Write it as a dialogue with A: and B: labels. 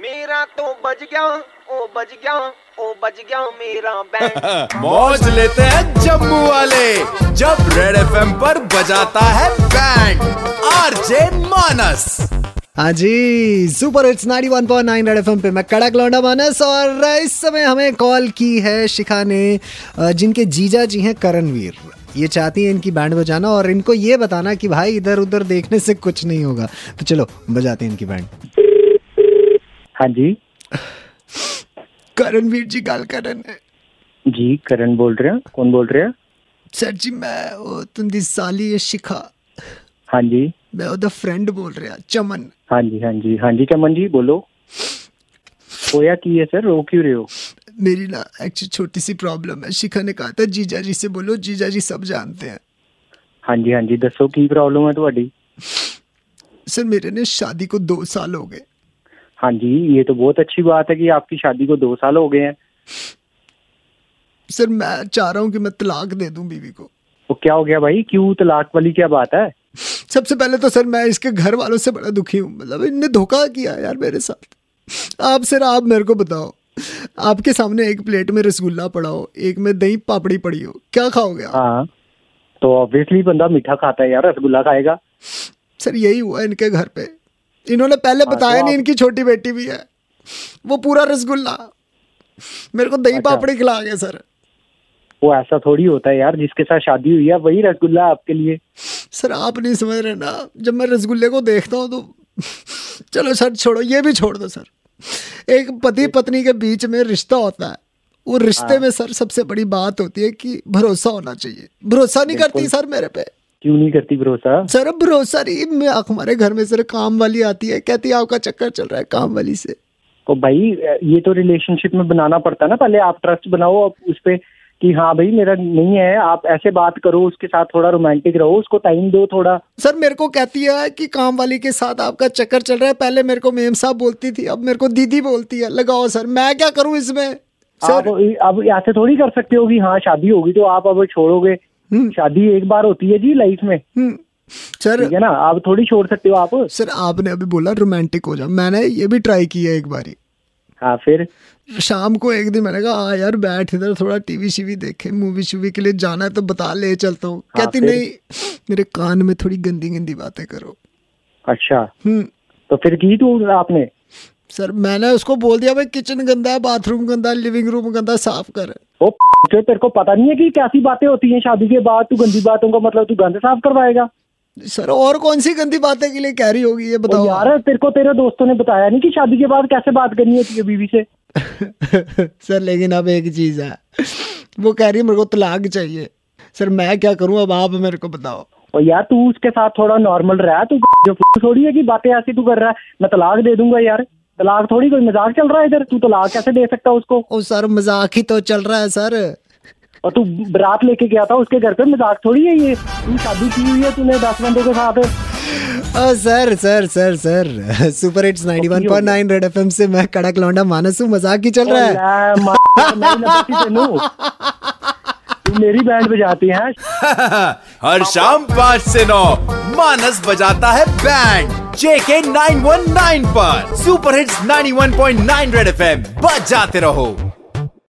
A: मेरा तो बज गया ओ बज गया ओ बज गया मेरा बैंड
B: मौज लेते हैं जम्मू वाले जब रेड एफएम पर बजाता है बैंड आरजे मानस
C: हाँ जी सुपर हिट्स 91.9 रेड एफएम पे मैं कड़क लौंडा मानस और इस समय हमें कॉल की है शिखा ने अ, जिनके जीजा जी हैं करणवीर ये चाहती हैं इनकी बैंड बजाना और इनको ये बताना कि भाई इधर उधर देखने से कुछ नहीं होगा तो चलो बजाते हैं इनकी बैंड
D: हाँ जी
C: करणवीर जी गाल करण है
D: जी करण बोल रहे हैं कौन बोल रहे हैं
C: सर जी मैं ओ तुंदी साली है शिखा
D: हाँ जी
C: मैं ओदा फ्रेंड बोल रहा चमन
D: हाँ जी हाँ जी हाँ जी चमन जी बोलो होया की है सर रो क्यों रहे हो
C: मेरी ना एक्चुअली छोटी सी प्रॉब्लम है शिखा ने कहा था जीजा जी से बोलो जीजा जी सब जानते हैं
D: हाँ जी हाँ जी दसो की प्रॉब्लम है थोड़ी
C: सर मेरे ने शादी को दो साल हो गए
D: हाँ जी ये तो बहुत अच्छी बात है कि आपकी शादी को दो साल हो गए हैं
C: सर मैं चाह रहा हूँ कि मैं तलाक दे दूं बीवी को
D: तो क्या हो गया भाई क्यों तलाक वाली क्या बात है
C: सबसे पहले तो सर मैं इसके घर वालों से बड़ा दुखी हूँ मतलब इनने धोखा किया है यार मेरे साथ आप सर आप मेरे को बताओ आपके सामने एक प्लेट में रसगुल्ला पड़ा हो एक में दही पापड़ी पड़ी हो क्या खाओगे आप
D: हाँ तो ऑब्वियसली बंदा मीठा खाता है यार रसगुल्ला खाएगा
C: सर यही हुआ इनके घर पे इन्होंने पहले
D: हाँ, तो
C: बताया नहीं
D: आप-
C: इनकी छोटी बेटी भी है वो पूरा रसगुल्ला मेरे को दही
D: अच्छा।
C: पापड़ी खिला गया सर
D: वो ऐसा थोड़ी होता है यार जिसके साथ शादी हुई है वही रसगुल्ला है आपके लिए
C: सर आप नहीं समझ रहे ना जब मैं रसगुल्ले को देखता हूँ तो चलो सर छोड़ो ये भी छोड़ दो सर एक पति पत्नी के बीच में रिश्ता होता है वो रिश्ते में सर सबसे बड़ी बात होती है कि भरोसा होना चाहिए भरोसा नहीं करती सर मेरे पे
D: क्यों नहीं करती भरोसा
C: सर अब भरोसा नहीं मैं- हमारे घर में सर काम वाली आती है कहती है आपका चक्कर चल रहा है काम वाली से
D: तो भाई ये तो रिलेशनशिप में बनाना पड़ता है ना पहले आप ट्रस्ट बनाओ अब उस पे कि हाँ भाई मेरा नहीं है आप ऐसे बात करो उसके साथ थोड़ा रोमांटिक रहो उसको टाइम दो थोड़ा
C: सर मेरे को कहती है कि काम वाली के साथ आपका चक्कर चल रहा है पहले मेरे को मेम साहब बोलती थी अब मेरे को दीदी बोलती है लगाओ सर मैं क्या करूं इसमें
D: आप
C: सर
D: अब ऐसे थोड़ी कर सकते हो कि हाँ शादी होगी तो आप अब छोड़ोगे
C: हम्म।
D: शादी एक बार होती है जी लाइफ में
C: हम्म, सर
D: ठीक है ना आप थोड़ी छोड़ सकते हो आप
C: सर आपने अभी बोला रोमांटिक हो जा मैंने ये भी ट्राई किया एक बारी
D: हाँ फिर
C: शाम को एक दिन मैंने कहा "आ यार बैठ इधर थोड़ा टीवी शीवी देखे मूवी शूवी के लिए जाना है तो बता ले चलता हूँ
D: हाँ,
C: कहती
D: फिर?
C: नहीं मेरे कान में थोड़ी गंदी गंदी बातें करो
D: अच्छा
C: हम्म
D: तो फिर की तू आपने
C: सर मैंने उसको बोल दिया भाई किचन गंदा है बाथरूम गंदा है लिविंग रूम गंदा है, साफ कर
D: ओ जो तेरे को पता नहीं है कि कैसी बातें होती हैं शादी के बाद तू गंदी बातों का मतलब तू गंद साफ करवाएगा
C: सर और कौन सी गंदी बातें के लिए कह रही होगी ये
D: ओ
C: बताओ आप।
D: यार तेरे को तेरे दोस्तों ने बताया नहीं कि शादी के बाद कैसे बात करनी होती है बीवी से
C: सर लेकिन अब एक चीज़ है वो कह रही है मेरे को तलाक चाहिए सर मैं क्या करूं अब आप मेरे को बताओ
D: और यार तू उसके साथ थोड़ा नॉर्मल रहा तू जो फूल थोड़ी है कि बातें ऐसी तू कर रहा है मैं तलाक दे दूंगा यार तलाक थोड़ी कोई मजाक चल रहा है इधर तू तलाक कैसे दे सकता है उसको
C: ओ सर मजाक ही तो चल रहा है सर
D: और तू रात लेके गया था उसके घर पे मजाक थोड़ी है ये तू शादी की हुई है तूने दस बंदों के साथ
C: ओ sir sir sir sir super hits 91.9 red FM से मैं कड़क लौंडा मानस हूँ मजाक ही चल रहा
D: ओ
C: है
D: ले, मार, नहीं लगती तेनू। तू मेरी बैंड बजाती है
B: हर शाम पाँच से नौ मानस बजाता है band JK nine one nine पर सुपर हिट्स 91.9 रेड एफएम बजाते रहो